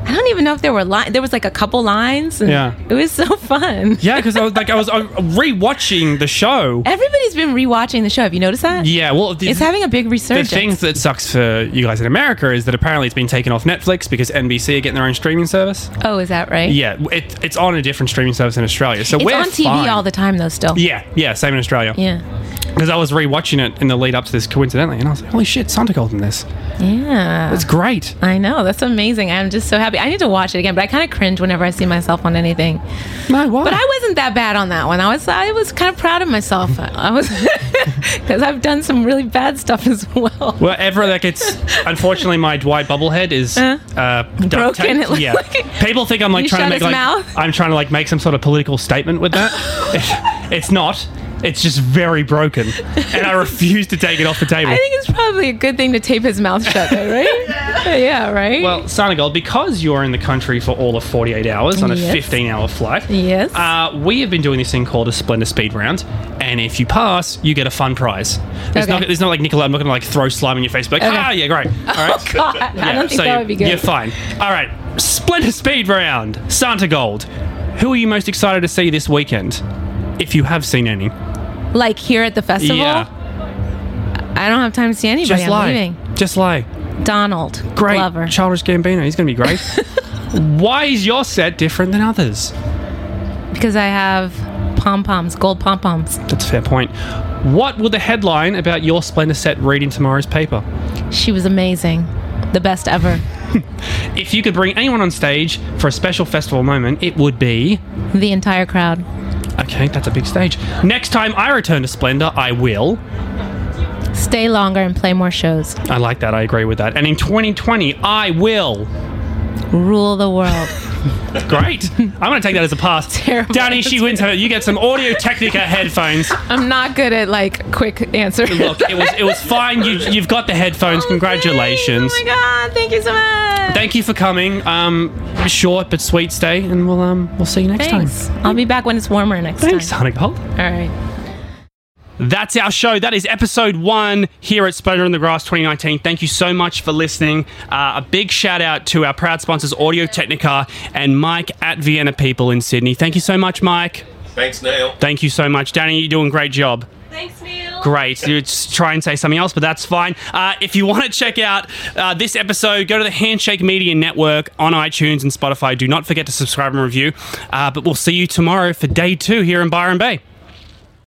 Speaker 7: I don't even know if there were lines. There was like a couple lines. And
Speaker 3: Yeah.
Speaker 7: It was so fun.
Speaker 3: Yeah, because I was like, I was uh, rewatching the show.
Speaker 7: Everybody's been rewatching the show. Have you noticed that?
Speaker 3: Yeah, well, the,
Speaker 7: It's having a big
Speaker 3: the
Speaker 7: resurgence.
Speaker 3: thing that sucks for you guys in America is that apparently it's been taken off Netflix because NBC are getting their own streaming service.
Speaker 7: oh, is that right?
Speaker 3: Yeah, it, it's on a different streaming service in Australia. So
Speaker 7: It's
Speaker 3: we're
Speaker 7: on TV
Speaker 3: fine.
Speaker 7: all the time, though, still.
Speaker 3: Yeah, yeah, same in Australia.
Speaker 7: Yeah.
Speaker 3: Because I was rewatching it in the lead up to this coincidentally, and I was like, "Holy shit, Santa Gold in this!
Speaker 7: Yeah.
Speaker 3: That's great."
Speaker 7: I know. That's amazing. I'm just so happy. I need to watch it again, but I kind of cringe whenever I see myself on anything.
Speaker 3: No, why?
Speaker 7: But I wasn't that bad on that one. I was I was kind of proud of myself. I was cuz I've done some really bad stuff as well.
Speaker 3: well, ever like it's unfortunately my Dwight bobblehead is uh, duct
Speaker 7: Uh-huh. Broken,
Speaker 3: taped.
Speaker 7: it looks
Speaker 3: yeah,
Speaker 7: like-
Speaker 3: people think I'm like
Speaker 7: You
Speaker 3: trying to make
Speaker 7: shut his
Speaker 3: like
Speaker 7: mouth?
Speaker 3: I'm trying to like make some sort of political statement with that. It- it's not. It's just very broken, and I refuse to take it off the table.
Speaker 7: I think it's probably a good thing to tape his mouth shut, though, right? yeah, right?
Speaker 3: Well, Sana Gold, because you're in the country for all of 48 hours on a
Speaker 7: Yes.
Speaker 3: 15 hour flight,
Speaker 7: Yes.
Speaker 3: uh, we have been doing this thing called a Splendor Speed Round. And if you pass, you get a fun prize. There's,
Speaker 7: Okay.
Speaker 3: not, there's not like Nicola, I'm not going to like throw slime in your face, but like,
Speaker 7: Okay. Oh,
Speaker 3: ah, yeah, great. All right.
Speaker 7: God, I
Speaker 3: Yeah,
Speaker 7: don't think
Speaker 3: so
Speaker 7: that
Speaker 3: you-
Speaker 7: would be good.
Speaker 3: You're fine. All right. Splendor Speed Round, Santa Gold. Who are you most excited to see this weekend? If you have seen any.
Speaker 7: Like here at the festival,
Speaker 3: Yeah.
Speaker 7: I don't have time to see anybody.
Speaker 3: Just
Speaker 7: I'm
Speaker 3: lie.
Speaker 7: leaving.
Speaker 3: Just lie.
Speaker 7: Donald
Speaker 3: Great.
Speaker 7: Glover.
Speaker 3: Childish Gambino. He's going to be great. Why is your set different than others?
Speaker 7: because I have pom poms, gold pom poms.
Speaker 3: That's a fair point. What will the headline about your Splendor set read in tomorrow's paper?
Speaker 7: She was amazing. The best ever.
Speaker 3: If you could bring anyone on stage for a special festival moment, it would be.
Speaker 7: The entire crowd.
Speaker 3: Okay, that's a big stage. Next time I return to Splendor, I will.
Speaker 7: Stay longer and play more shows.
Speaker 3: I like that. I agree with that. And in 2020, I will.
Speaker 7: Rule the world.
Speaker 3: Great. I'm going to take that as a pass.
Speaker 7: Terrible.
Speaker 3: Danny, she wins her. You get some Audio Technica headphones.
Speaker 7: I'm not good at like quick answers.
Speaker 3: Look, it was it was fine. You you've got the headphones. Congratulations.
Speaker 7: Oh my god, thank you so much.
Speaker 3: Thank you for coming. Um, short but sweet stay, and we'll um we'll see you next
Speaker 7: Thanks.
Speaker 3: time.
Speaker 7: I'll be back when it's warmer next
Speaker 3: Thanks,
Speaker 7: time.
Speaker 3: Sonic Bolt.
Speaker 7: All right.
Speaker 3: That's our show. That is episode one here at Splendor in the Grass 2019. Thank you so much for listening. Uh, a big shout out to our proud sponsors, Audio Technica and Mike at Vienna People in Sydney. Thank you so much, Mike.
Speaker 9: Thanks, Neil.
Speaker 3: Thank you so much. Danny, you're doing a great job.
Speaker 7: Thanks, Neil.
Speaker 3: Great. You just try and say something else, but that's fine. Uh, if you want to check out uh, this episode, go to the Handshake Media Network on iTunes and Spotify. Do not forget to subscribe and review. Uh, but we'll see you tomorrow for day two here in Byron Bay.